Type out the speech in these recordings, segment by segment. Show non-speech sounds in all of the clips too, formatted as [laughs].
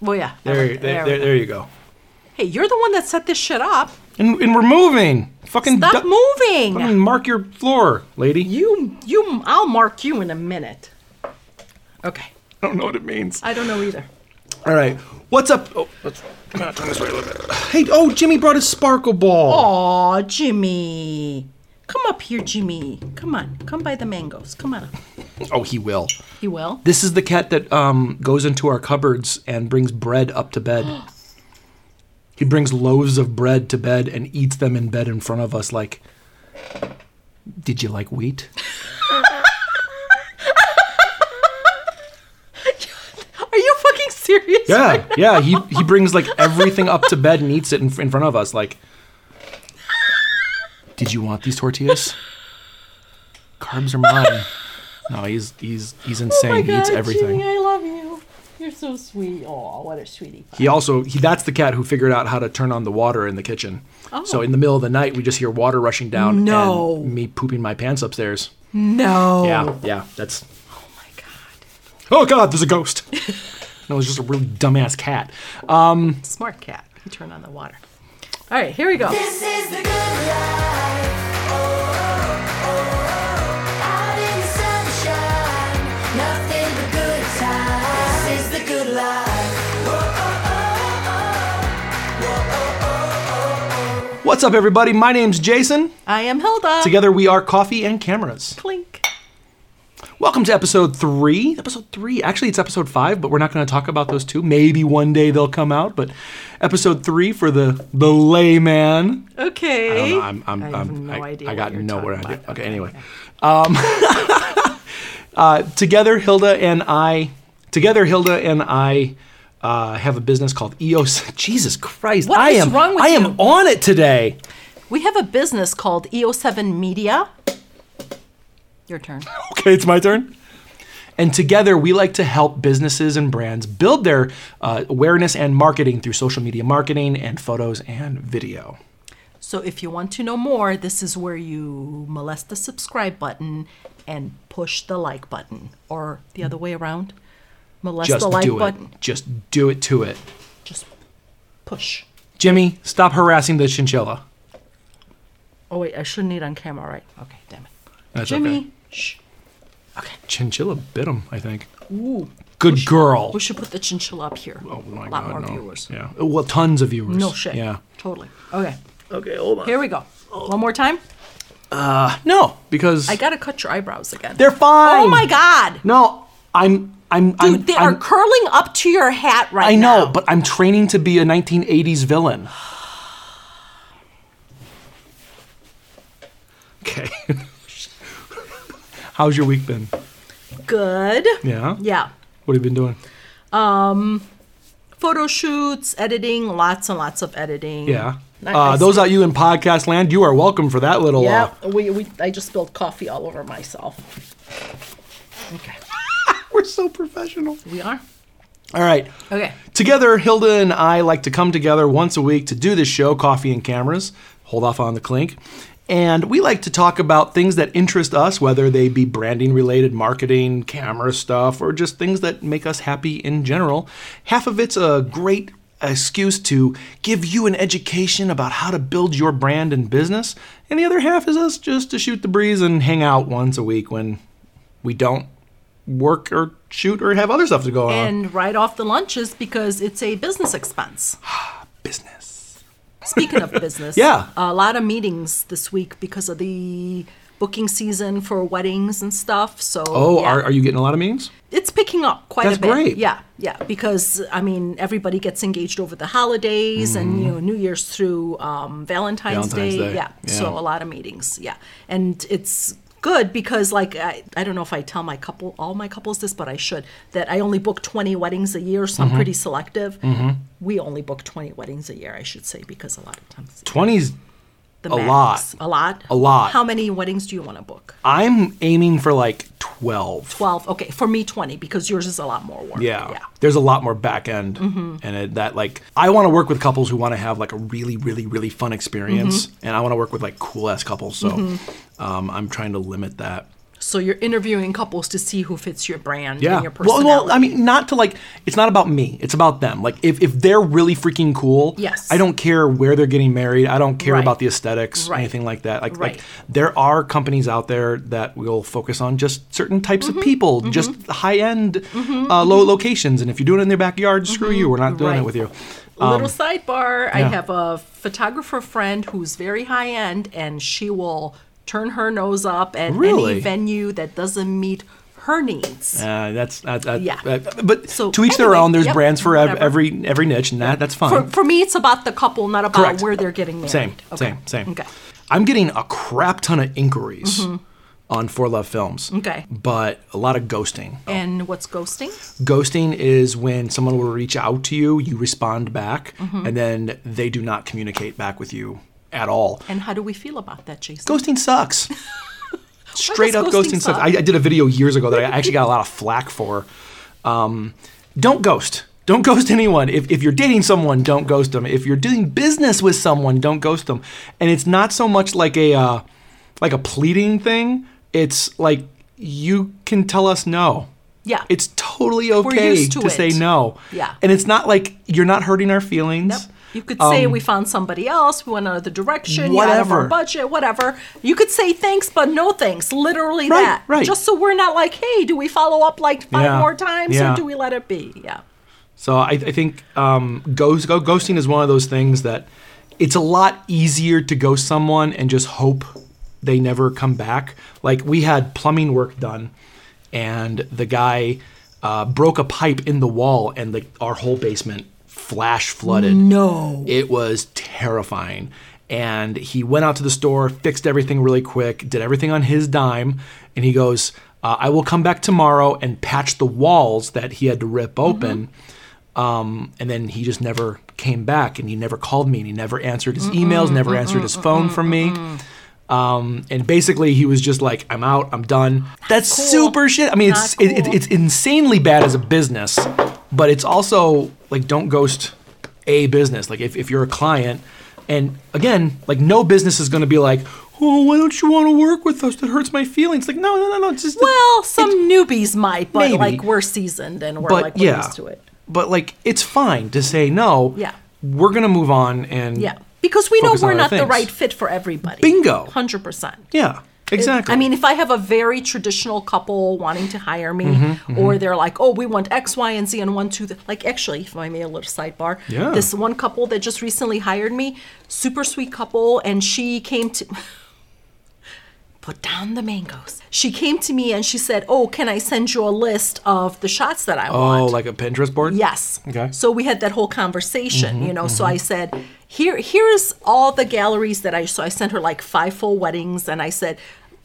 Well, yeah. I There, like- there, we there, go. there you go. Hey, you're the one that set this shit up. And, and we're moving. Fucking Stop du- moving. fucking mark your floor, lady. You, you. I'll mark you in a minute. Okay. I don't know what it means. I don't know either. All right. What's up? Oh, let's come on, turn this way a little bit. Hey, oh, Jimmy brought his sparkle ball. Aw, Jimmy. Come up here, Jimmy. Come on. Come by the mangoes. Come on up. Oh. he will. You will? This is the cat that um, goes into our cupboards and brings bread up to [gasps] bed. he brings loaves of bread to bed and eats them in bed in front of us. Like, did you like wheat? [laughs] Are you fucking serious? [laughs] Yeah, yeah. He he brings like everything up to bed and eats it in, in front of us. Like, did you want these tortillas? Carbs are mine. No, he's he's he's insane. Oh my he eats God, everything. Jimmy, I love you. You're so sweet. Aw, what a sweetie. He also he that's the cat who figured out how to turn on the water in the kitchen. So in the middle of the night, we just hear water rushing down Oh. No. and me pooping my pants upstairs. No. Yeah, yeah. That's Oh my God. oh god, there's [laughs] a ghost. no, it's just a really dumbass cat. Smart cat. You turn on the water. All right, here we go. This is the good life. Oh, oh, oh. Out in the sunshine, nothing but good times. This is the good life. What's up, everybody? My name's Jason. I am Hilda. Together we are Coffee and Cameras. Clink. Welcome to episode three. Episode three. Actually, it's episode five, but we're not going to talk about those two. Maybe one day they'll come out. But episode three for the the layman. Okay. I don't know, I'm, I'm, I I'm, have no I, idea I what got you're nowhere. talking I did. about. Okay. Anyway, um, [laughs] uh, together Hilda and I. Together Hilda and I. Uh, have a business called EOS. [laughs] Jesus Christ! What I is am wrong with I you? am on it today. We have a business called EO7 Media. Your turn. Okay, it's my turn. And together, we like to help businesses and brands build their uh, awareness and marketing through social media marketing and photos and video. So if you want to know more, this is where you molest the subscribe button and push the like button, or the other way around. Molest Just the like do it. button. Just do it to it. Just push. Jimmy, stop harassing the chinchilla. Oh wait, I shouldn't eat on camera, right? Okay, damn it. That's Jimmy, okay. shh. Okay. Chinchilla bit him, I think. Ooh. Good girl. We should put the chinchilla up here. oh my A lot god, more no. viewers. Yeah. Well, tons of viewers. No shit. Yeah. Totally. Okay. Okay, hold on. Here we go. Oh. One more time. No, because I gotta cut your eyebrows again. they're fine. Oh my god. No, I'm I'm Dude, I'm, they I'm, are curling up to your hat right I know, now. but I'm training to be a 1980s villain. Okay. [laughs] How's your week been? Good. Yeah? Yeah. What have you been doing? Photo shoots, editing, lots and lots of editing. Yeah. I- uh, I those see. out you in podcast land, you are welcome for that little. Yeah. Uh, We, we I just spilled coffee all over myself. Okay. [laughs] we're so professional. We are. All right. Okay. Together, Hilda and I like to come together once a week to do this show, Coffee and Cameras. Hold off on the clink. And we like to talk about things that interest us, whether they be branding related, marketing, camera stuff, or just things that make us happy in general. Half of it's a great excuse to give you an education about how to build your brand and business. And the other half is us just to shoot the breeze and hang out once a week when we don't work or shoot or have other stuff to go on. And right off the lunches because it's a business expense. Business. Speaking of business, [laughs] Yeah. a lot of meetings this week because of the booking season for weddings and stuff. So Oh, yeah. are, are you getting a lot of memes? it's picking up quite That's a bit. great. Yeah, yeah, because I mean everybody gets engaged over the holidays and you know New Year's through um, Valentine's, Mm-hmm. Valentine's Day. Day. Yeah. so Yeah. a lot of meetings. Yeah, and it's good because like I, I don't know if I tell my couple all my couples this, but I should that I only book twenty weddings a year, so I'm Mm-hmm. pretty selective. We only book twenty weddings a year, I should say, because a lot of times 20s, the a max. a lot, A lot. How many weddings do you want to book? I'm aiming for like 12. Twelve. Okay, for me twenty because yours is a lot more work. Yeah. yeah. There's a lot more back end. And it, that, like, I want to work with couples who want to have like a really, really, really fun experience. And I want to work with like cool ass couples. So um, I'm trying to limit that. So you're interviewing couples to see who fits your brand Yeah. and your well, personality. well, I mean, not to like, it's not about me. It's about them. Like, if, if they're really freaking cool, Yes. I don't care where they're getting married. I don't care Right. about the aesthetics, Right. anything like that. Like, like, Right. there are companies out there that will focus on just certain types Mm-hmm. of people, just high end, uh, low locations. And if you're doing it in their backyard, screw you. We're not doing Mm-hmm. it Right. with you. Little sidebar I um, yeah. have a photographer friend who's very high end, and she will turn her nose up at Really? any venue that doesn't meet her needs. Uh, that's that, that, Yeah. that- but So, to each their anyway, own. There's yep, brands for ev- whatever. every every niche, and that that's fine. For, for me, it's about the couple, not about Uh, Correct. where they're getting married. Same, Okay. same, same. Okay. Mm-hmm. I'm getting a crap ton of inquiries on For Love Films. Okay. But a lot of ghosting. And what's ghosting? Ghosting is when someone will reach out to you, you respond back, Mm-hmm. and then they do not communicate back with you at all. And how do we feel about that, Jason? Ghosting sucks. Straight up does ghosting, ghosting sucks. suck? I, I did a video years ago that I actually got a lot of flack for. Um, don't ghost. Don't ghost anyone. If, if you're dating someone, don't ghost them. If you're doing business with someone, don't ghost them. And it's not so much like a uh, like a pleading thing. It's like you can tell us no. Yeah. It's totally okay used to, to say it. no. Yeah. And it's not like you're not hurting our feelings. Yep. You could say Um, we found somebody else, we went another direction, whatever. out of Whatever. our budget, whatever. You could say thanks, but no thanks. Literally Right, that. right. Just so we're not like, hey, do we follow up like five Yeah, more times yeah. or do we let it be? Yeah. So I, I think um, ghost, go, ghosting is one of those things that it's a lot easier to ghost someone and just hope they never come back. Like we had plumbing work done, and the guy uh, broke a pipe in the wall, and like our whole basement flash flooded. No. It was terrifying. And he went out to the store, fixed everything really quick, did everything on his dime. And he goes, uh, I will come back tomorrow and patch the walls that he had to rip open. Um, and then he just never came back and he never called me and he never answered his emails, never answered his phone from me. Um, and basically, he was just like, "I'm out. I'm done." That's cool. super shit. I mean, it's Not it, it, cool. it's insanely bad as a business, but it's also like don't ghost a business. Like if, if you're a client, and again, like no business is going to be like, "Oh, why don't you want to work with us?" That hurts my feelings. Like no, no, no, no. It's just Well, some newbies might, but Maybe. like we're seasoned and we're but like we're yeah, used to it. but like it's fine to say no. Yeah. we're gonna move on and Yeah. Because we know Focus on we're other not the things. right fit for everybody. Bingo. 100%. yeah, exactly. I mean, if I have a very traditional couple wanting to hire me, Mm-hmm, or they're like, "Oh, we want X, Y, and Z, and one, two, th-. like actually, if I may, a little sidebar. Yeah. This one couple that just recently hired me, super sweet couple, and she came to [laughs] put down the mangoes. She came to me and she said, "Oh, can I send you a list of the shots that I want?" oh, like a Pinterest board. Yes. Okay. Mm-hmm, So we had that whole conversation, you know. So I said, "Here, here's all the galleries that I." So I sent her like five full weddings, and I said,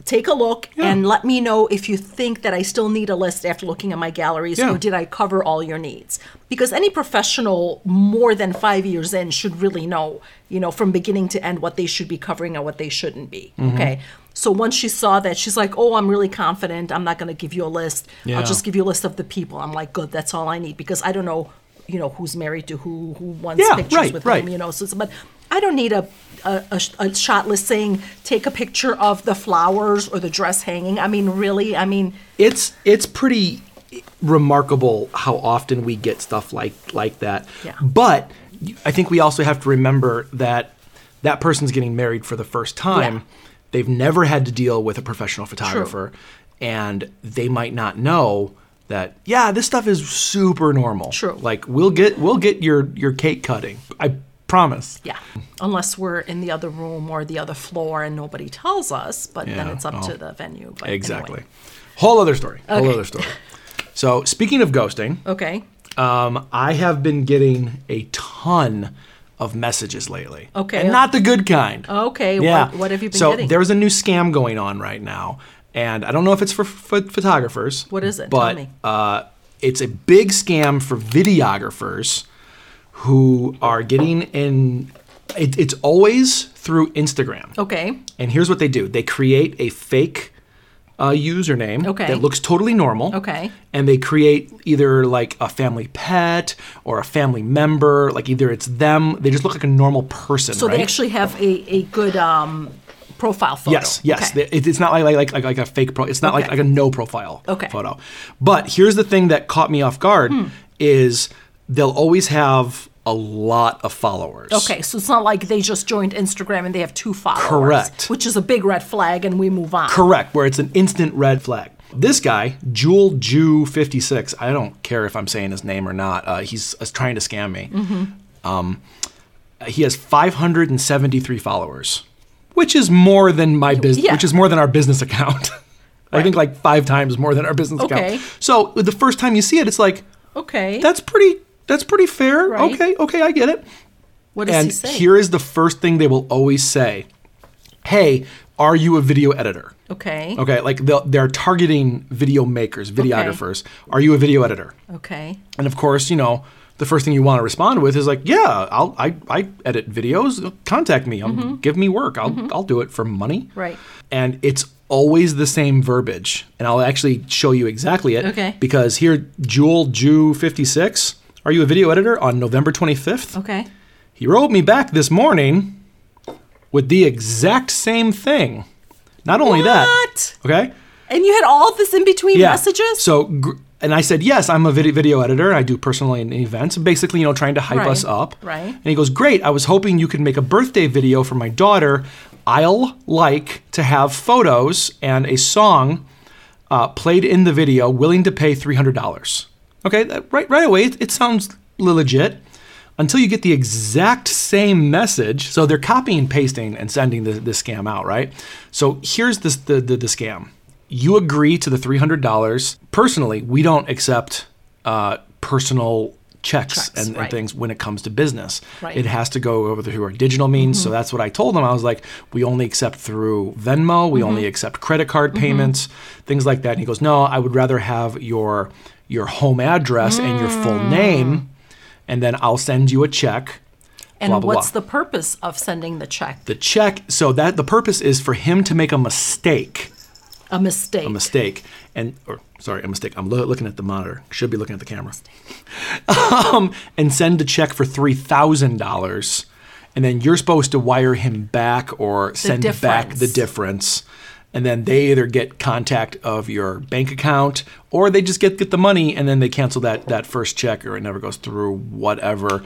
"Take a look and let me know if you think that I still need a list after looking at my galleries, Yeah. or did I cover all your needs?" Because any professional more than five years in should really know, you know, from beginning to end what they should be covering and what they shouldn't be. Mm-hmm. Okay. So once she saw that, she's like, "Oh, I'm really confident. I'm not going to give you a list. Yeah. I'll just give you a list of the people. I'm like, good, that's all I need because I don't know, you know, who's married to who, who wants Yeah, pictures right, with right. whom, you know. So, it's- but I don't need a, a, a, sh- a shot list saying take a picture of the flowers or the dress hanging. I mean, really, I mean, it's it's pretty remarkable how often we get stuff like like that. Yeah. But I think we also have to remember that that person's getting married for the first time. Yeah. They've never had to deal with a professional photographer and they might not know that yeah, this stuff is super normal. True. Like we'll get we'll get your your cake cutting. I promise. yeah, unless we're in the other room or the other floor and nobody tells us, but then Yeah, it's up oh. to the venue. But anyway. Exactly. Whole other story. Whole Okay. other story. So, speaking of ghosting, Okay. Um, I have been getting a ton of messages lately. Okay. And not the good kind. Okay. Yeah. What, what have you been so getting? there's a new scam going on right now, and I don't know if it's for ph- photographers. What is it? Tell But me. Uh, it's a big scam for videographers who are getting in. It, it's always through Instagram. okay. And here's what they do: they create a fake uh, username Okay. that looks totally normal. Okay. And they create either like a family pet or a family member. Like either it's them. They just look like a normal person. So right? they actually have a, a good um, profile photo. Yes, yes. Okay. It- it's not like like like like a fake pro. It's not like Okay. like a no profile Okay. Hmm. photo. But here's the thing that caught me off guard is they'll always have a lot of followers. Okay, so it's not like they just joined Instagram and they have two followers. Correct. Which is a big red flag, and we move on. Correct, where it's an instant red flag. This guy, Jewel Jew 56, I don't care if I'm saying his name or not. Uh, he's uh, trying to scam me. Mm-hmm. Um, he has 573 followers, which is more than my business, Yeah. which is more than our business account. [laughs] I think like five times more than our business Okay. account. So the first time you see it, it's like, Okay. that's pretty, that's pretty fair. Right. Okay, okay, I get it. what does he And say? here is the first thing they will always say: Hey, are you a video editor? okay. Okay, like they'll- they're targeting video makers, videographers. Are you a video editor? Okay. And of course, you know, the first thing you want to respond with is like, yeah, I'll, I, I edit videos. Contact me. I'll, Give me work. I'll, I'll do it for money. Mm-hmm. Right. And it's always the same verbiage. And I'll actually show you exactly it. Okay. Because here, Jewel Jew 56, are you a video editor on November 25th? Okay. He wrote me back this morning with the exact same thing. Not only that, What? okay? And you had all this in between yeah. messages? So, gr- and I said, yes, I'm a vid- video editor. I do personal and events, basically, you know, trying to hype Right. us up. Right. And he goes, great. I was hoping you could make a birthday video for my daughter. I'll like to have photos and a song uh, played in the video. Willing to pay three hundred dollars. Okay, that, right, right away, it, it sounds legit. Until you get the exact same message, so they're copying and pasting and sending the, this scam out, right? So here's this, the, the the scam. You agree to the three hundred dollars. Personally, we don't accept uh, personal checks, Checks, and, and right. things when it comes to business. Right. It has to go over through our digital means. So that's what I told them. I was like, we only accept through Venmo, we only accept credit card payments, things like that. And he goes, no, I would rather have your your home address and your full name, and then I'll send you a check. and blah, blah, what's blah. the purpose of sending the check? The check. So that the purpose is for him to make a mistake. a mistake. A mistake and or sorry a mistake i'm lo- looking at the monitor should be looking at the camera [laughs] um, and send a check for $3000 and then you're supposed to wire him back or send back the difference. difference and then they either get contact of your bank account or they just get, get the money and then they cancel that, that first check or it never goes through whatever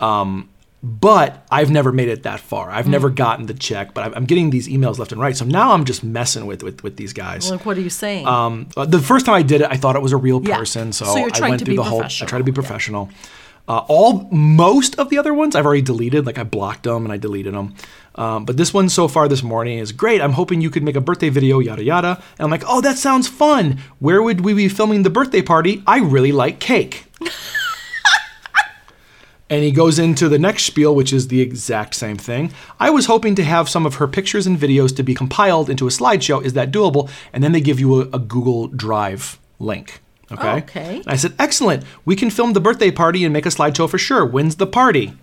um, but I've never made it that far. I've never gotten the check, but I'm, I'm getting these emails left and right. So now I'm just messing with with, with these guys. Like, what are you saying? Um, uh, the first time I did it, I thought it was a real Yeah. person, so, So you're I trying went to through be the whole. I professional. try to be Yeah. professional. Uh, all most of the other ones I've already deleted. Like I blocked them and I deleted them. Um, but this one so far this morning is great. I'm hoping you could make a birthday video, yada yada. And I'm like, oh, that sounds fun. Where would we be filming the birthday party? I really like cake. And he goes into the next spiel, which is the exact same thing. I was hoping to have some of her pictures and videos to be compiled into a slideshow. Is that doable? And then they give you a, a Google Drive link. Okay. Okay. And I said, excellent. We can film the birthday party and make a slideshow for sure. When's the party?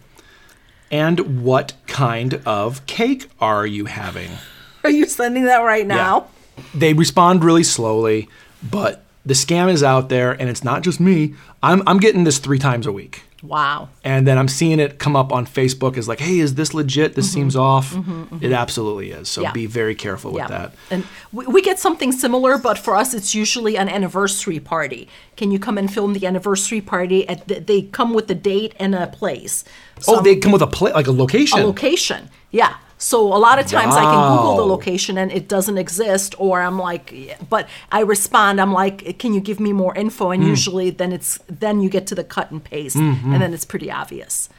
And what kind of cake are you having? [laughs] are you sending that right now? They respond really slowly, but the scam is out there, and it's not just me. I'm, I'm getting this three times a week Wow. and then I'm seeing it come up on Facebook as like, hey, is this legit? This seems off. It absolutely is. So Mm-hmm. Yeah. be very careful with that. And we, we get something similar, but for us, it's usually an anniversary party. Can you come and film the anniversary party? At the, they come with a date and a place. So oh, they come with a pla- like a location. a location. Yeah. So a lot of times I can Google the Wow. location and it doesn't exist, or I'm like, yeah, but I respond, I'm like, can you give me more info? Hmm. And usually then it's then you get to the cut and paste, Mm-hmm. and then it's pretty obvious.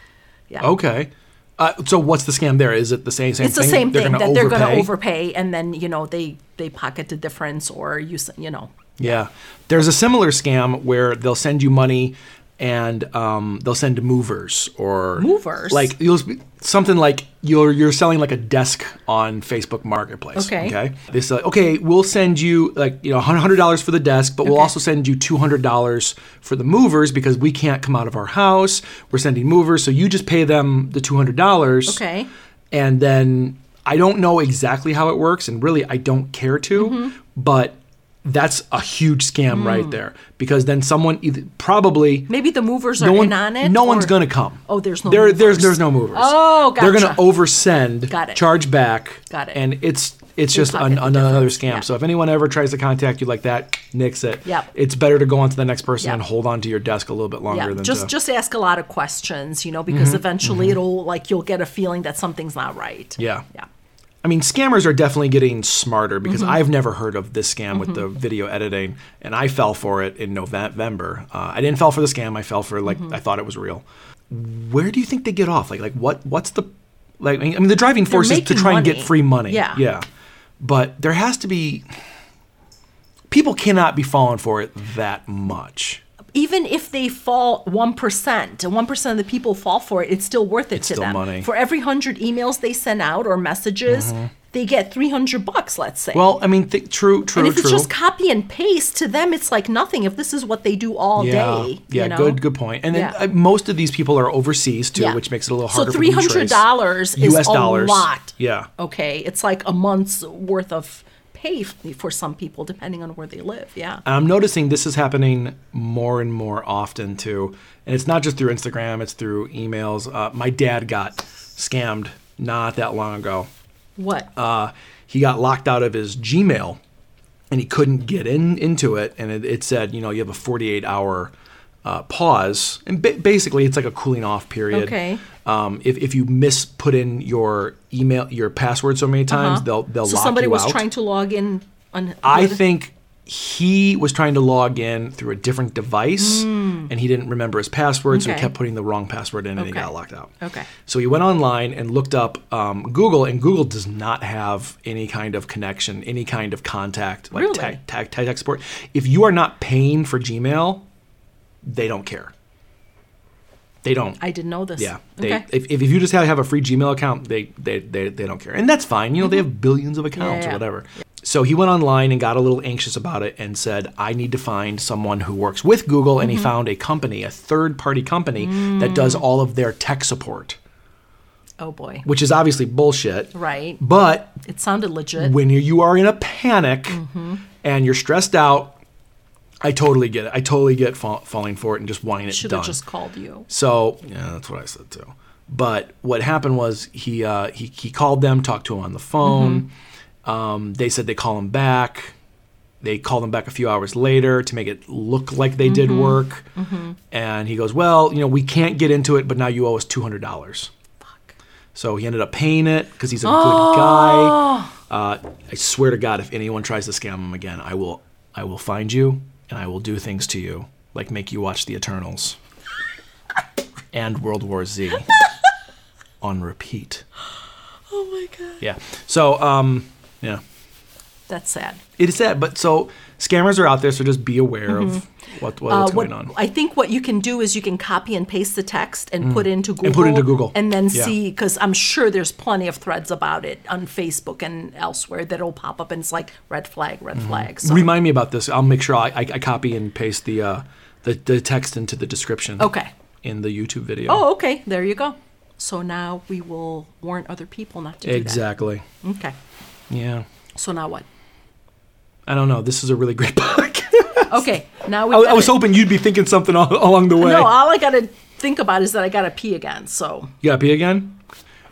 Yeah. Okay. Uh, so what's the scam there? Is it the same same It's thing? the same thing gonna that they're going to overpay, and then you know they they pocket the difference, or you s- you know Yeah. There's a similar scam where they'll send you money and um, they'll send movers or Movers? like you'll something like you're you're selling like a desk on Facebook Marketplace. Okay. Okay. They say okay, we'll send you like you know hundred dollars for the desk, but we'll Okay. also send you two hundred dollars for the movers because we can't come out of our house. We're sending movers, so you just pay them the two hundred dollars Okay. and Mm-hmm. then I don't know exactly how it works, and really I don't care to, but that's a huge scam Mm. right there because then someone either, probably Maybe the movers are no one in on it. no one's or- going to come. Oh, there's no there there's movers. there's no movers. Oh, They're going to gotcha. oversend, Got it. charge back, Got it. and it's it's just pocket an, the another difference. scam. Yeah. So if anyone ever tries to contact you like that, nix it. Yep. It's better to go on to the next person Yep. and hold on to your desk a little bit longer Yeah, than Mm-hmm. just to, just ask a lot of questions, you know, because eventually it'll like you'll get a feeling that something's not right. yeah. Yeah. I mean, scammers are definitely getting smarter because Mm-hmm. I've never heard of this scam with the video editing, and I fell for it in November. Uh, I didn't fall for the scam; I fell for Mm-hmm. like I thought it was real. Where do you think they get off? Like, like what? What's the like? I mean, the driving force is to making try and get money. free money. Yeah. yeah. But there has to be people cannot be falling for it that much. Even if they fall 1%, and 1% of the people fall for it, it's still worth it to still them. money. Mm-hmm. For every 100 emails they send out or messages, they get 300 bucks, let's say. Well, I mean, th- true, true, and if true. it's just copy and paste to them, it's like nothing. If this is what they do all yeah, day, yeah, you know? good, good point. And then Yeah. uh, most of these people are overseas too, Yeah. which makes it a little harder. So for them to trace. $300 is US a dollars. lot. Yeah. Okay, it's like a month's worth of pay f- for some people, depending on where they live. Yeah. And I'm noticing this is happening more and more often too. And it's not just through Instagram, it's through emails. Uh, my dad got scammed not that long ago. What? Uh, he got locked out of his Gmail and he couldn't get in into it. And it, it said, you know, you have a 48 hour uh, pause. And ba- basically, it's like a cooling off period. Okay. Um, if, if you misput in your email, your password so many times, Huh? they'll they'll Uh-huh. so lock somebody you was out. trying to log in on. I with- think he was trying to log in through a different device and he didn't remember his password, so he Hmm. Okay. kept putting the wrong password in and he Okay. got locked out. Okay. So he went online and looked up um, Google, and Google does not have any kind of connection, any kind of contact, like Really? tag, tag, tag export. If you are not paying for Gmail, they don't care. They don't. I didn't know this. Yeah. They, Okay. if, if you just have, have a free Gmail account, they, they, they, they don't care. And that's fine. You know, they have billions of accounts Mm-hmm. Yeah, or yeah. whatever. So he went online and got a little anxious about it and said, I need to find someone who works with Google. And Mm-hmm. he found a company, a third party company Mm. that does all of their tech support, oh boy. which is obviously bullshit. Right. But It sounded legit. when you- you are in a panic Mm-hmm. and you're stressed out, I totally get it. I totally get fa- falling for it and just wanting it Should done. have just called you. So yeah, that's what I said too. But what happened was he uh, he he called them, talked to him on the phone. Um, they said they call him back. They called him back a few hours later to make it look like they did work. And he goes, "Well, you know, we can't get into it, but now you owe us two hundred dollars." Fuck. So he ended up paying it because he's a good guy. Uh, I swear to God, if anyone tries to scam him again, I will I will find you and I will do things to you, like make you watch The Eternals and World [laughs] War Z on repeat. Oh my god. Yeah. So um, yeah, That's sad. it is sad, but so scammers are out there, so just be aware of what, what- what's Uh, what, going on. Mm. I think what you can do is you can copy and paste the text and put into Google And put into Google. and then Yeah. see because I'm sure there's plenty of threads about it on Facebook and elsewhere that'll pop up and it's like red flag, red Mm-hmm. flag. So Remind me about this. I'll make sure I, I, I copy and paste the, uh, the the text into the description. Okay. In the YouTube video. oh, okay, there you go. So now we will warn other people not to do Exactly. that. Okay. Yeah. So now what? I don't know. This is a really great [laughs] podcast. Okay. Now [laughs] we. I, I was hoping you'd be thinking something al- along the way. No, all I gotta think about is that I gotta pee again. So you got pee again?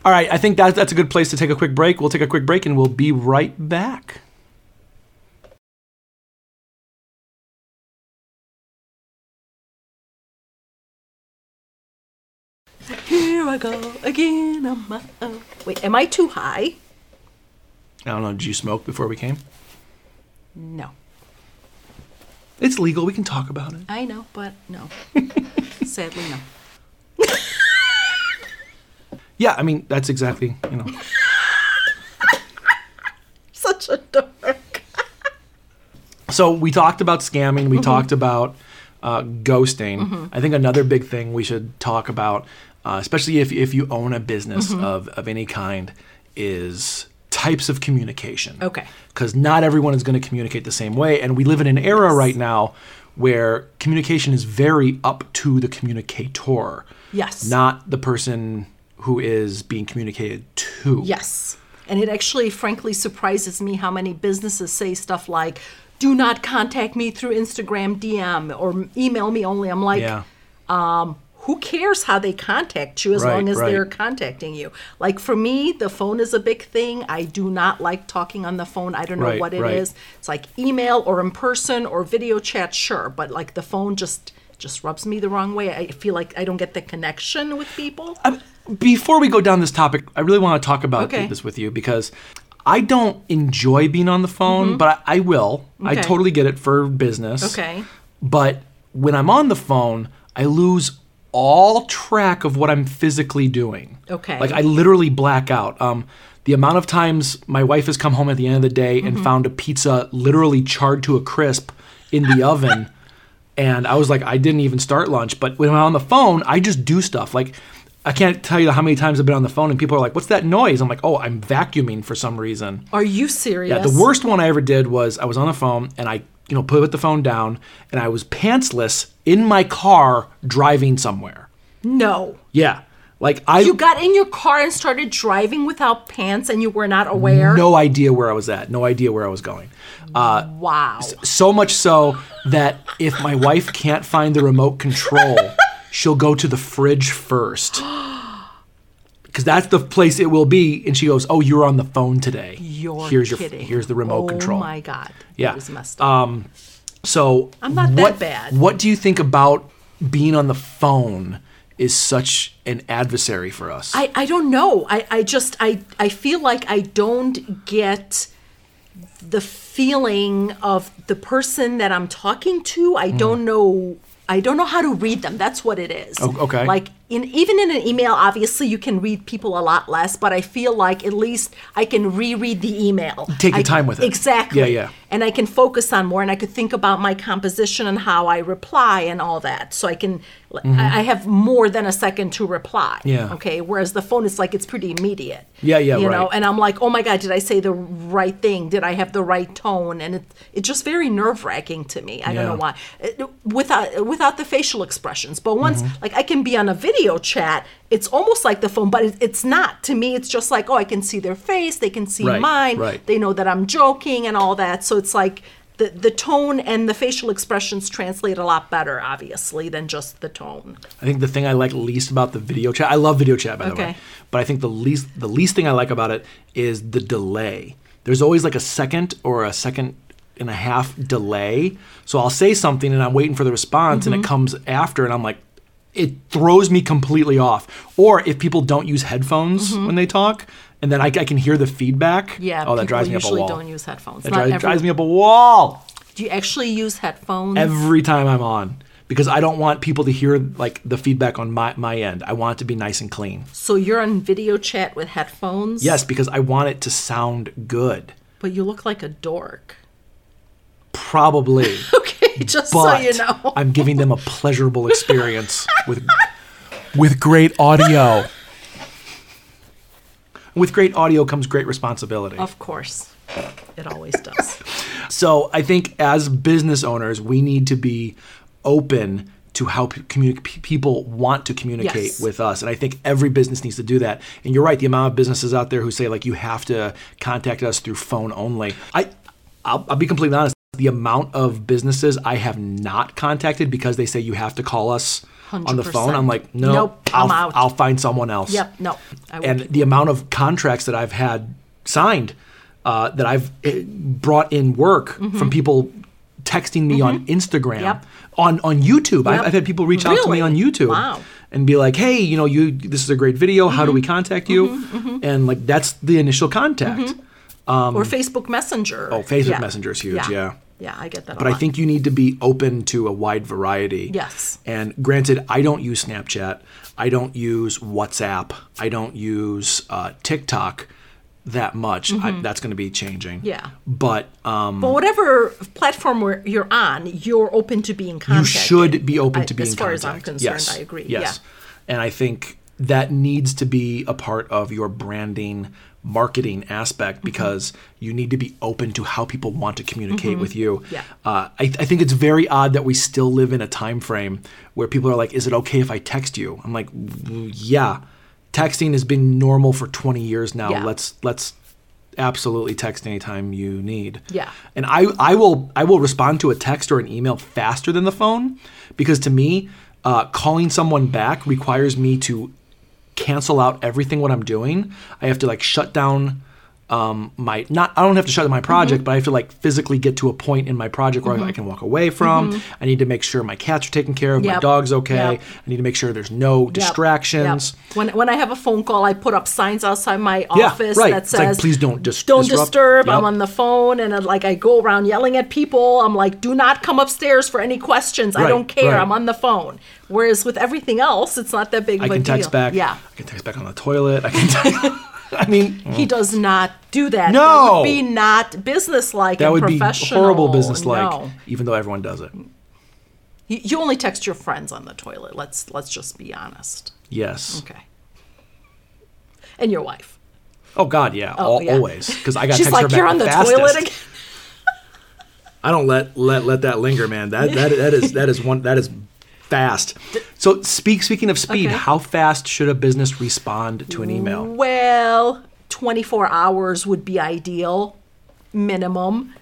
All right. I think that, that's a good place to take a quick break. We'll take a quick break and we'll be right back. here I go again uh. on my own. Wait, am I too high? I don't know. Did you smoke before we came? No. It's legal. We can talk about it. I know, but [laughs] no. Sadly, no. Yeah. I mean, that's exactly, you know. Such a dork. So we talked about scamming. Mm-hmm. We talked about uh, ghosting. I think another big thing we should talk about, uh, especially if, if you own a business Mm-hmm. of, of any kind, is types of communication. Okay. Because not everyone is going to communicate the same way. And we live in an era right now where communication is very up to the communicator. Yes. Not the person who is being communicated to. Yes. And it actually, frankly, surprises me how many businesses say stuff like, do not contact me through Instagram DM or email me only. I'm like, Yeah. who cares how they contact you as Right, long as right. they're contacting you? Like for me, the phone is a big thing. I do not like talking on the phone. I don't know Right, what it is. right. It's like email or in person or video chat, sure, but like the phone just just rubs me the wrong way. I feel like I don't get the connection with people. Um, before we go down this topic, I really want to talk about Okay. this with you because I don't enjoy being on the phone, but I, I will. I Mm-hmm. Okay. totally get it for business. Okay. But when I'm on the phone, I lose all track of what I'm physically doing. Okay. Like I literally black out. Um, the amount of times my wife has come home at the end of the day and found a pizza literally charred to a crisp in the oven. And I was like, I didn't even start lunch. But when I'm on the phone, I just do stuff. Like, I can't tell you how many times I've been on the phone and people are like, What's that noise? I'm like, Oh, I'm vacuuming for some reason. Are you serious? Yeah, the worst one I ever did was I was on the phone and I, you know, put the phone down and I was pantsless in my car driving somewhere. No. Yeah. Like I You got in your car and started driving without pants and you were not aware? no idea where I was at, no idea where I was going. Uh, Wow. so much so that if my wife can't find the [laughs] remote control, she'll go to the fridge [gasps] first. Because that's the place it will be, and she goes, "Oh, you're on the phone today. You're here's kidding. your here's the remote oh control." Oh my god. Yeah. It was messed up. So I'm not that what, bad. What do you think about being on the phone is such an adversary for us? I, I don't know. I, I just I I feel like I don't get the feeling of the person that I'm talking to. Mm. I don't know I don't know how to read them. That's what it is. O- okay. Like in even in an email, obviously you can read people a lot less, but I feel like at least I can reread the email. Take your I- time with it. Exactly. Yeah, yeah. And I can focus on more and I could think about my composition and how I reply and all that. So I can I I have more than a second to reply. Mm-hmm. Yeah. Okay. Whereas the phone is like it's pretty immediate. Yeah, yeah, You know, right. and I'm like, oh my god, did I say the right thing? Did I have the right tone? And it it's just very nerve wracking to me. I don't Yeah. know why. It- without without the facial expressions, but once Mm-hmm. like I can be on a video chat, it's almost like the phone, but it, it's not to me. It's just like oh, I can see their face, they can see Right, mine, right. they know that I'm joking and all that. So it's like. The, the tone and the facial expressions translate a lot better, obviously, than just the tone. I think the thing I like least about the video chat. I love video chat by the way, Okay. but I think the least the least thing I like about it is the delay. There's always like a second or a second and a half delay. So I'll say something and I'm waiting for the response and Mm-hmm. it comes after and I'm like it throws me completely off. Or if people don't use headphones when they talk and then I, I can hear the feedback. Mm-hmm. Yeah, oh, that people drives me up a usually wall. don't use headphones. that Not drives, every- drives me up a wall Do you actually use headphones? every time I'm on because I don't want people to hear like the feedback on my, my end. I want it to be nice and clean. so you're on video chat with headphones? Yes, because I want it to sound good. But you look like a dork. [laughs] Probably. Okay, [laughs] just but so you know. [laughs] I'm giving them a pleasurable experience with with great [laughs] audio. With great audio comes great responsibility. Of course. It always does. So I think as business owners, we need to be open to how pe- communi- pe- people want to communicate Yes. with us. And I think every business needs to do that. And you're right, the amount of businesses out there who say, like, you have to contact us through phone only. I, I'll, I'll be completely honest. The amount of businesses I have not contacted because they say you have to call us on the phone. I'm like, no, Nope, I'll, I'm out." I'll find someone else Yep, no. I will and keep- the amount of contracts that I've had signed uh, that I've eh, brought in work from people texting me on Instagram, Mm-hmm. Yep. on on YouTube. I've, Yep. I've had people reach out to Really? me on YouTube Wow. Mm-hmm. and be like, "Hey, you know, you this is a great video. How do we contact you?" And like that's the initial contact. Mm-hmm. or Facebook Messenger. um, Oh, Facebook Messenger is huge, yeah. Yeah, I get that. But I think you need to be open to a wide variety. Yes. And granted, I don't use Snapchat. I don't use WhatsApp. I don't use uh, TikTok that much. I, that's going to be changing. Mm-hmm. Yeah. But um, But whatever platform we're, you're on, you're open to being you contacted. should be open I- to being As far as I'm contacted. concerned, yes. I agree. Yes. Yeah. And I think that needs to be a part of your branding marketing aspect Mm-hmm. because you need to be open to how people want to communicate with you Mm-hmm. Yeah. uh, I, I think it's very odd that we still live in a time frame where people are like is it okay if i text you i'm like "Mm, yeah texting has been normal for 20 years now Yeah. let's let's absolutely text anytime you need. Yeah. And I I will I will respond to a text or an email faster than the phone because to me, uh, calling someone back requires me to cancel out everything what I'm doing. I have to like shut down um, my not I don't have to shut down my Mm-hmm. project, but I have to like physically get to a point in my project where I can walk away from. I need to make sure my cats are taken care of, my Mm-hmm. Yep. dog's okay. Yep. I need to make sure there's no Yep, distractions. yep. When when I have a phone call, I put up signs outside my Yeah, office right. that It's like, says, "Please don't dis- don't disrupt." disturb." Yep. I'm on the phone, and uh, like I go around yelling at people. I'm like, "Do not come upstairs for any questions. Right, I don't care. right. I'm on the phone." Whereas with everything else, it's not that big I of a can deal. text back. Yeah, I can text back on the toilet. I can. [laughs] Text, I mean, he does not do that. that Mm. No! would be not businesslike. that and would be professional. horrible business like, No. even though everyone does it. You, you only text your friends on the toilet. Let's let's just be honest. Yes. Okay. And your wife. Oh God, yeah, al- yeah. always. Because I got She's text her like, back "You're on the fastest. toilet again." I don't let let let that linger, man. That that that is that is one that is fast. So speak speaking of speed, Okay. how fast should a business respond to an email? Well, 24 hours would be ideal, minimum.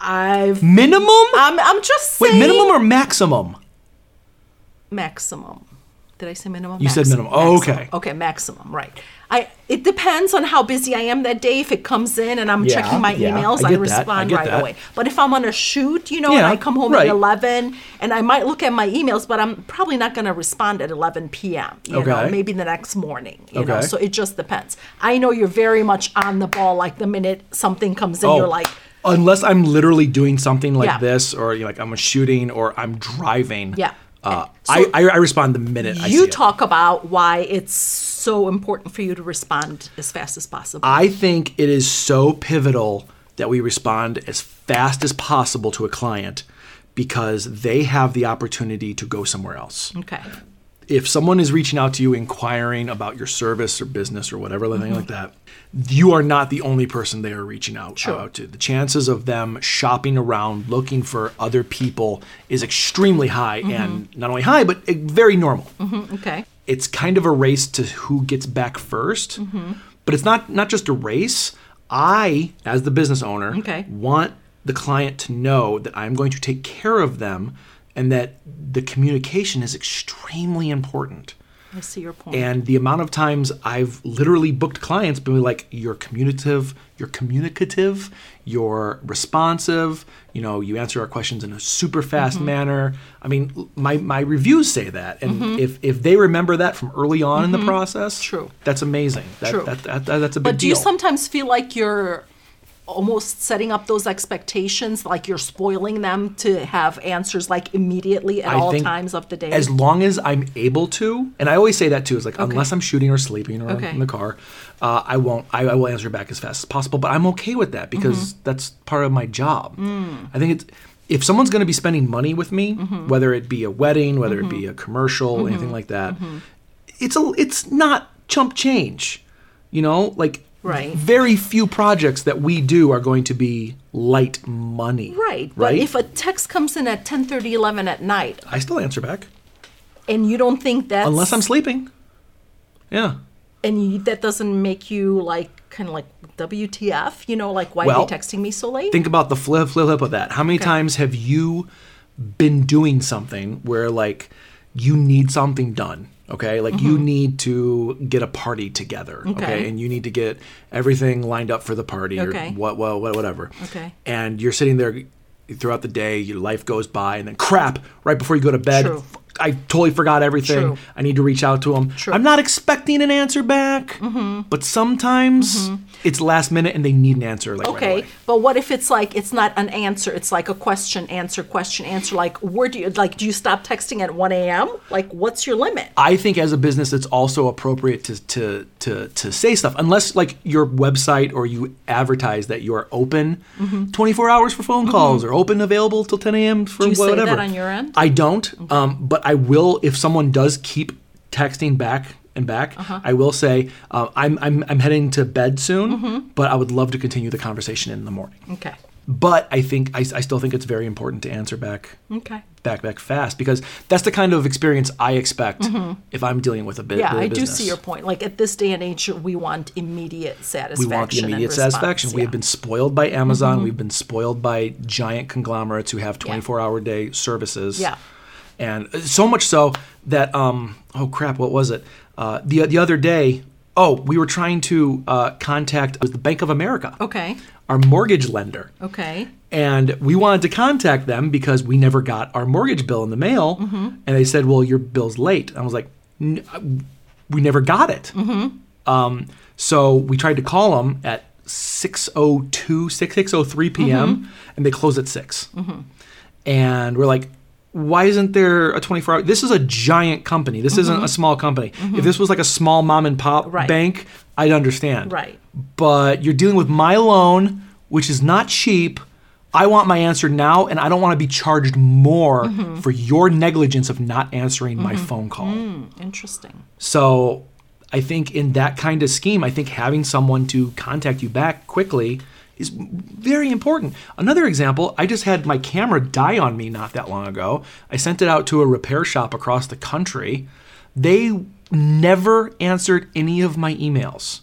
I've Minimum? I'm I'm just Wait, saying minimum or maximum? maximum. Did I say minimum? You said Maxim- minimum. Oh, maximum. okay. Okay, maximum, right. I it depends on how busy I am that day. If it comes in and I'm Yeah, checking my yeah, emails, I I, get that, I respond get right that. away. But if I'm on a shoot, you know, and Yeah, I come home right. at 11 and I might look at my emails, but I'm probably not going to respond at 11 p.m. You know, Okay. maybe the next morning. You know, Okay. so it just depends. I know you're very much on the ball. Like the minute something comes in, you're like, Oh, unless I'm literally doing something like Yeah. this, or you know, like I'm shooting, or I'm driving. Yeah. Uh, So- I, I I respond the minute I see you it. talk about why it's so important for you to respond as fast as possible. I think it is so pivotal that we respond as fast as possible to a client because they have the opportunity to go somewhere else. okay. If someone is reaching out to you inquiring about your service or business or whatever thing like that, you are not the only person they are reaching out out to. The chances of them shopping around looking for other people is extremely high and not only high but eh, very normal Okay. it's kind of a race to who gets back 1st but it's not not just a race i as the business owner Okay. want the client to know that i'm going to take care of them and that the communication is extremely important I see your point. and the amount of times I've literally booked clients being like, you're communicative, you're communicative, you're responsive, you know, you answer our questions in a super fast Mm-hmm. manner. I mean, l- my, my reviews say that. And if, if they remember that from early on in the process, Mm-hmm. True. that's amazing. That, True. That, that, that- that's a big but do deal. you sometimes feel like you're almost setting up those expectations, like you're spoiling them to have answers like immediately at I all think times of the day? As long as I'm able to, and I always say that too, is like unless I'm shooting or sleeping or Okay. in the car, uh, I won't. I, I will answer back as fast as possible. But I'm okay with that because Mm-hmm. that's part of my job. Mm. I think it's if someone's going to be spending money with me, Mm-hmm. whether it be a wedding, whether it be a commercial, anything like that, Mm-hmm. it's a it's not chump change. You know, like Right. very few projects that we do are going to be light money. right. But Right. if a text comes in at 10 11 at night I still answer back and you don't think that's. unless I'm sleeping. Yeah. And you, that doesn't make you like kind of like WTF, you know, like why Well, are they texting me so late? think about the flip flip of that. How many times have you been doing something where like you need something done? Okay, like you need to get a party together. Okay. Mm-hmm. Okay. and you need to get everything lined up for the party Okay. or what, what, what, whatever. Okay. and you're sitting there throughout the day. Your life goes by, and then crap! Right before you go to bed, True. "F- I totally forgot everything. True. I need to reach out to them. True. Mm-hmm. I'm not expecting an answer back, but sometimes it's last minute and they need an answer. Like right Okay, away. but what if it's like it's not an answer? It's like a question, answer, question, answer. Like where do you like do you stop texting at one a.m.? Like what's your limit? I think as a business, it's also appropriate to to to to say stuff, unless like your website or you advertise that you are open 24 hours for phone calls or open available till 10 a.m. Mm-hmm. for Do you say that whatever. on your end? I don't, um, but I will if someone does keep texting back and back. Uh-huh. I will say Mm-hmm. uh, I'm I'm I'm heading to bed soon, but I would love to continue the conversation in the morning. Okay, But I think I, I still think it's very important to answer back Okay. back back fast because that's the kind of experience I expect if I'm dealing with a bit. Mm-hmm. Yeah, with a I do business. see your point. Like at this day and age, we want immediate We satisfaction. want the and immediate response, satisfaction. We yeah. Mm-hmm. have been spoiled by Amazon. We've been spoiled by giant conglomerates who have 24 hour day services. Yeah. And uh, so much so that, um, oh crap, what was it? Uh, the, the other day, oh, we were trying to uh, contact it was the Bank of America, Okay. our mortgage Oh. lender. Okay. And we wanted to contact them because we never got our mortgage bill in the mail. And they said, well, your bill's late. And I was like, N- uh, we never got it. Um, so we tried to call them at 6.02, 6, 6.03 p.m. And they close at 6. And we're like, why isn't there a 24 hour? This is a giant company. This isn't a small company. If this was like a small mom and pop Right. bank, I'd understand Right. but you're dealing with my loan, which is not cheap. I want my answer now, and I don't want to be charged more for your negligence of not answering my phone call. Mm. Interesting. So I think in that kind of scheme, I think having someone to contact you back quickly is very important. Another example, I just had my camera die on me not that long ago. I sent it out to a repair shop across the country. They never answered any of my emails.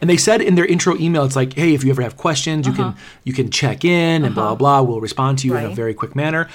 And they said in their intro email, it's like, hey, if you ever have questions, you can you can check in and blah blah. We'll respond to you in a Right. very quick manner.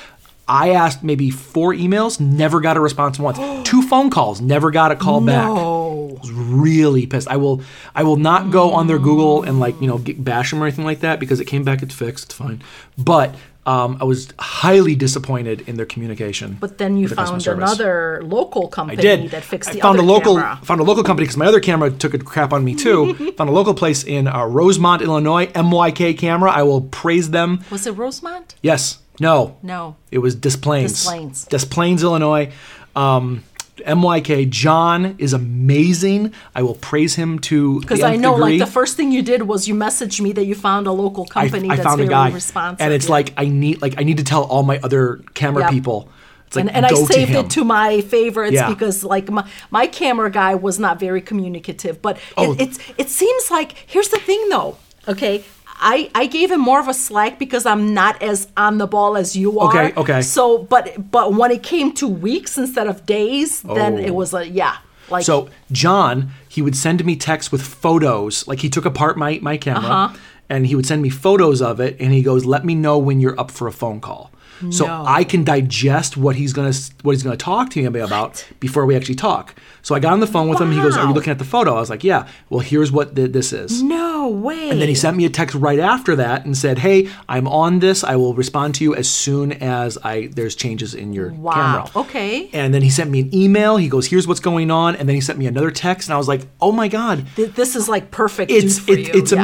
I asked maybe four emails, never got a response once. Two phone calls, never got a call back. Oh, I was really pissed. I will I will not go on their Google and like you know get, bash them or anything like that because it came back, it's fixed, it's fine. But um, I was highly disappointed in their communication. but then you with the customer found service. another local I company did. that fixed I the found other a local camera. found a local company because my other camera took a crap on me [laughs] too. found a local place in uh, Rosemont, Illinois, MYK Camera. I will praise them. Was it Rosemont? Yes. No. No. It was Des Plaines. Des Plaines. Des Plaines, Illinois. Um, MYK John is amazing. I will praise him to Because the I nth know, degree. like, the first thing you did was you messaged me that you found a local company that's very responsive. and it's yeah. like I need like I need to tell all my other camera Yep. people. It's like and, and I go saved to him. it to my favorites Yeah. because like my, my camera guy was not very communicative but Oh. it, it's it seems like here's the thing though okay I, I gave him more of a slack because I'm not as on the ball as you are. Okay, okay. So, but but when it came to weeks instead of days, then it Oh. was like yeah, like So John, he would send me texts with photos. Like he took apart my my camera, Uh-huh. and he would send me photos of it, and he goes, "Let me know when you're up for a phone call." So No. I can digest what he's gonna s- what he's gonna talk to me about before we actually talk. So I got on the phone with him. He goes, "Are you Wow. looking at the photo?" I was like, "Yeah." Well, here's what th- this is. no way. And then he sent me a text right after that and said, "Hey, I'm on this. I will respond to you as soon as I there's changes in your Wow. camera." Okay. And then he sent me an email. He goes, "Here's what's going on." And then he sent me another text, and I was like, "Oh my god, Th- this is like perfect. dude it's for it, you. it's Yeah. Mm-hmm,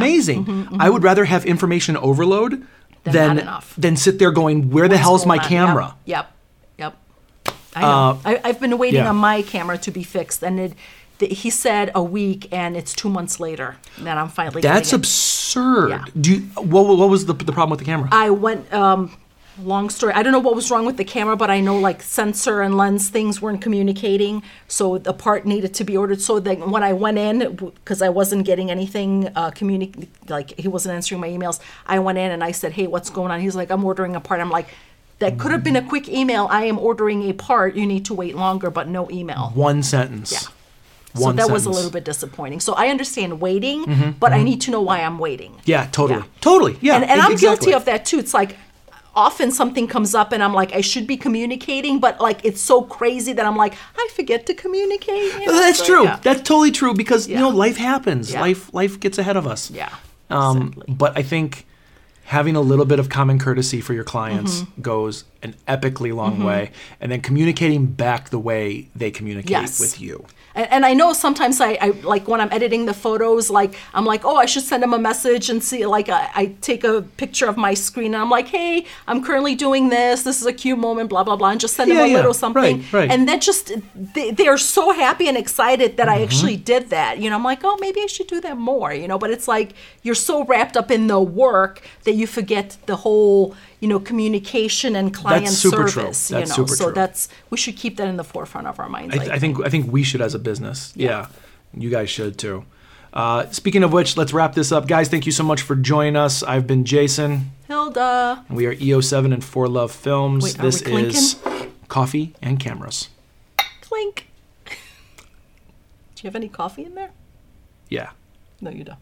amazing." I would rather have information overload Than than not enough. than sit there going, "Where the hell's my Hold on. camera?" Uh, Yep. Yep. Yep. I know. I, I've been waiting yeah. on my camera to be fixed, and it. Th- he said a week, and it's two months later that I'm finally. getting That's it. absurd. Yeah. Do you, what, what was the, the problem with the camera? I went. Um, long story. I don't know what was wrong with the camera, but I know like sensor and lens things weren't communicating, so the part needed to be ordered. So then when I went in, because I wasn't getting anything uh, communi- like he wasn't answering my emails. I went in and I said, "Hey, what's going on?" He's like, "I'm ordering a part." I'm like. That could have been a quick email. I am ordering a part. You need to wait longer, but no email One sentence. Yeah. so One that was a sentence. Mm-hmm. little bit disappointing. So I understand waiting, but I need to know why I'm waiting. Yeah, totally. Yeah. Totally. Yeah. and, and e- I'm exactly. guilty of that too. It's like often something comes up and I'm like, I should be communicating, but like it's so crazy that I'm like, I forget to communicate. you know? Well, that's So, true. yeah. That's totally true because you Yeah. know life happens. Yeah. Life life gets ahead of us. Yeah, Um, exactly. But I think having a little bit of common courtesy for your clients Mm-hmm. goes an epically long way, and then communicating back the way they communicate Yes. with you. And, and I know sometimes I, I like when I'm editing the photos, like I'm like, oh, I should send them a message and see. Like I, I take a picture of my screen and I'm like, hey, I'm currently doing this. This is a cute moment, blah blah blah, and just send Yeah, them a yeah. little something. Right, right. And that just they, they are so happy and excited that I Mm-hmm. actually did that. You know, I'm like, oh, maybe I should do that more. You know, but it's like you're so wrapped up in the work that you forget the whole you know communication and client super true. service. That's you know, super so true. that's we should keep that in the forefront of our minds. I, th- I think I think we should as a business. Yeah, you guys should too. Uh, speaking of which, let's wrap this up. Guys, thank you so much for joining us. I've been Jason. Hilda. We are EO7 and For Love Films. Wait, are this we clinking? is Coffee and Cameras. Clink. Do you have any coffee in there? Yeah. No, you don't.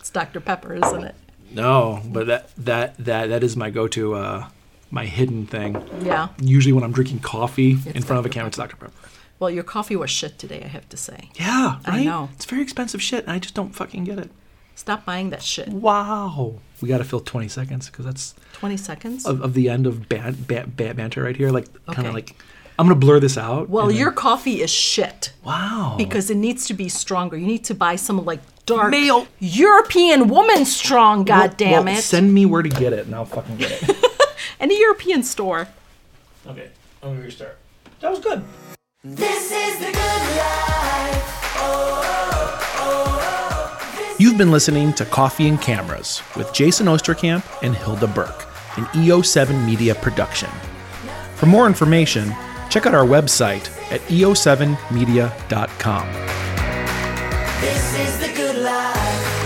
it's Dr. Pepper, isn't it? No, but that that that that is my go-to uh my hidden thing. Yeah. Usually when I'm drinking coffee in It's front of a Dr. camera, it's Dr. Pepper. Well, your coffee was shit today, I have to say. Yeah, right? I know. It's very expensive shit, and I just don't fucking get it. Stop buying that shit. Wow. We got to fill 20 seconds because that's 20 seconds? of, of the end of ban- ban- ban- banter right here. Like, kind Okay. of like, I'm going to blur this out. well, and then- your coffee is shit. Wow. Because it needs to be stronger. You need to buy some like dark Male- European woman strong, Well- God damn well, it. Send me where to get it, and I'll fucking get [laughs] it. Any European store. okay. I'm going to restart. That was good. This is the good life. You've been listening to Coffee and Cameras with Jason Osterkamp and Hilda Burke, an EO7 media production. For more information, check out our website at E eo7media.com. This is the good life.